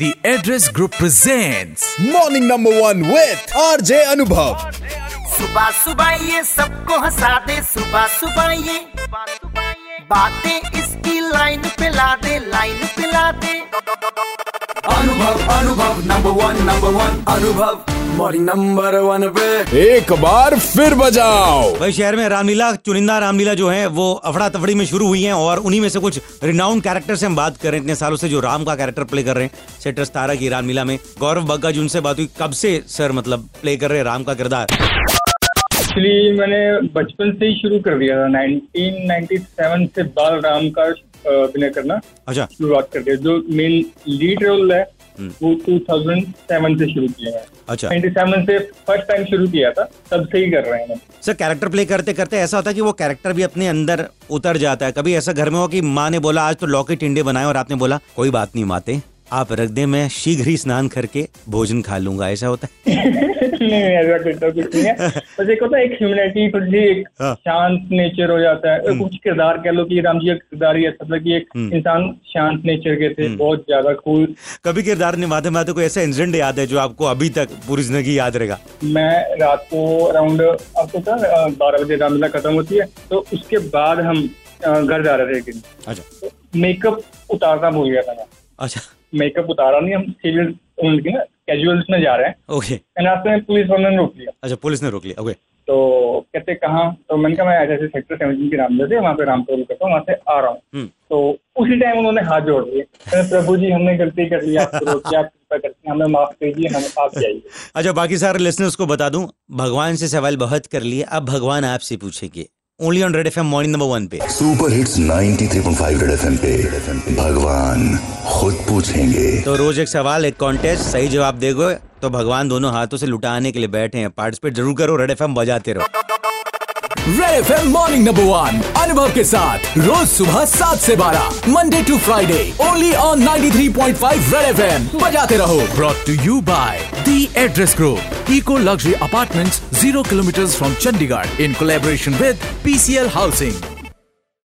The Address Group presents morning number one with R J Anubhav सुबह सुबह ये सबको हंसा दे सुबह सुबह ये बातें इसकी लाइन पे ला दे लाइन पे ला दे Anubhav Anubhav number one number one Anubhav morning number one पे एक बार फिर बजाओ भाई शहर में रामलीला चुनिंदा रामलीला जो है वो अफड़ा तफड़ी में शुरू हुई है और उन्हीं में से कुछ रिनाउंड कैरेक्टर से हम बात कर रहे हैं इतने सालों से जो राम का कैरेक्टर प्ले कर रहे हैं सेट्रस तारा की रामलीला में गौरव बग्गा जी उनसे बात हुई कब से सर मतलब प्ले कर रहे हैं राम का किरदार एक्चुअली मैंने बचपन से ही शुरू कर दिया था 1997 से बाल राम का अ, अभिनय करना अच्छा हम्म। शुरुआत कर दिया जो मेन लीड रोल है वो 2007 से शुरू किया है अच्छा 97 से फर्स्ट टाइम शुरू किया था तब से ही कर रहे हैं हम। सर कैरेक्टर प्ले करते करते ऐसा होता है कि वो कैरेक्टर भी अपने अंदर उतर जाता है कभी ऐसा घर में हो कि माँ ने बोला आज तो लौकी टिंडे बनाए और आपने बोला कोई बात नहीं माते आप रख दे मैं शीघ्र ही स्नान करके भोजन खा लूंगा ऐसा होता है नहीं नहीं, ऐसा कुछ तो कुछ नहीं है बस एक होता है एक ह्यूमैनिटी खुद ही एक हाँ। हम्म। शांत नेचर हो जाता है कुछ किरदार कह लो कि राम जी का किरदार ही ऐसा था कि एक इंसान शांत नेचर के हम्म। थे बहुत ज्यादा कूल कभी किरदार निभाते निभाते कोई ऐसा इंसिडेंट याद है जो आपको अभी तक पूरी जिंदगी याद रहेगा मैं रात को अराउंड आपको क्या बारह बजे रामलीला खत्म होती है तो उसके बाद हम अ, घर जा रहे थे एक दिन अच्छा तो मेकअप उतारना भूल गया था मैं अच्छा मेकअप उतारा नहीं हम सीरियल उनकी ना कैजुअल्स में जा रहे हैं ओके And रास्ते में पुलिस वालों ने रोक लिया अच्छा पुलिस ने रोक लिया ओके तो कहते कहाँ तो मैंने कहा मैं ऐसे ऐसे सेक्टर सेवनटीन की रामलीला से वहाँ पे राम टोल करता हूँ वहाँ से आ रहा हूँ हम्म। तो उसी टाइम उन्होंने हाथ जोड़ दिए कहते, प्रभु जी हमने गलती कर ली आपको रोकिए आप कृपा करके हमें माफ कीजिए हम आप जाइए अच्छा बाकी सारे लिसनर्स को बता दूं भगवान से सवाल बहुत कर लिए अब भगवान आपसे पूछेंगे only on red F M morning number one पे सुपर हिट्स 93.5 रेड एफएम पे भगवान खुद पूछेंगे तो रोज एक सवाल एक कॉन्टेस्ट सही जवाब देगो तो भगवान दोनों हाथों से लुटाने के लिए बैठे हैं पार्टिसिपेट जरूर करो रेड एफ एम बजाते रहो red F morning number one अनुभव के साथ रोज सुबह सात से बारह Monday to Friday only on 93.5 red FM बजाते रहो brought to you by the address group eco luxury apartments zero kilometres from Chandigarh in collaboration with PCL housing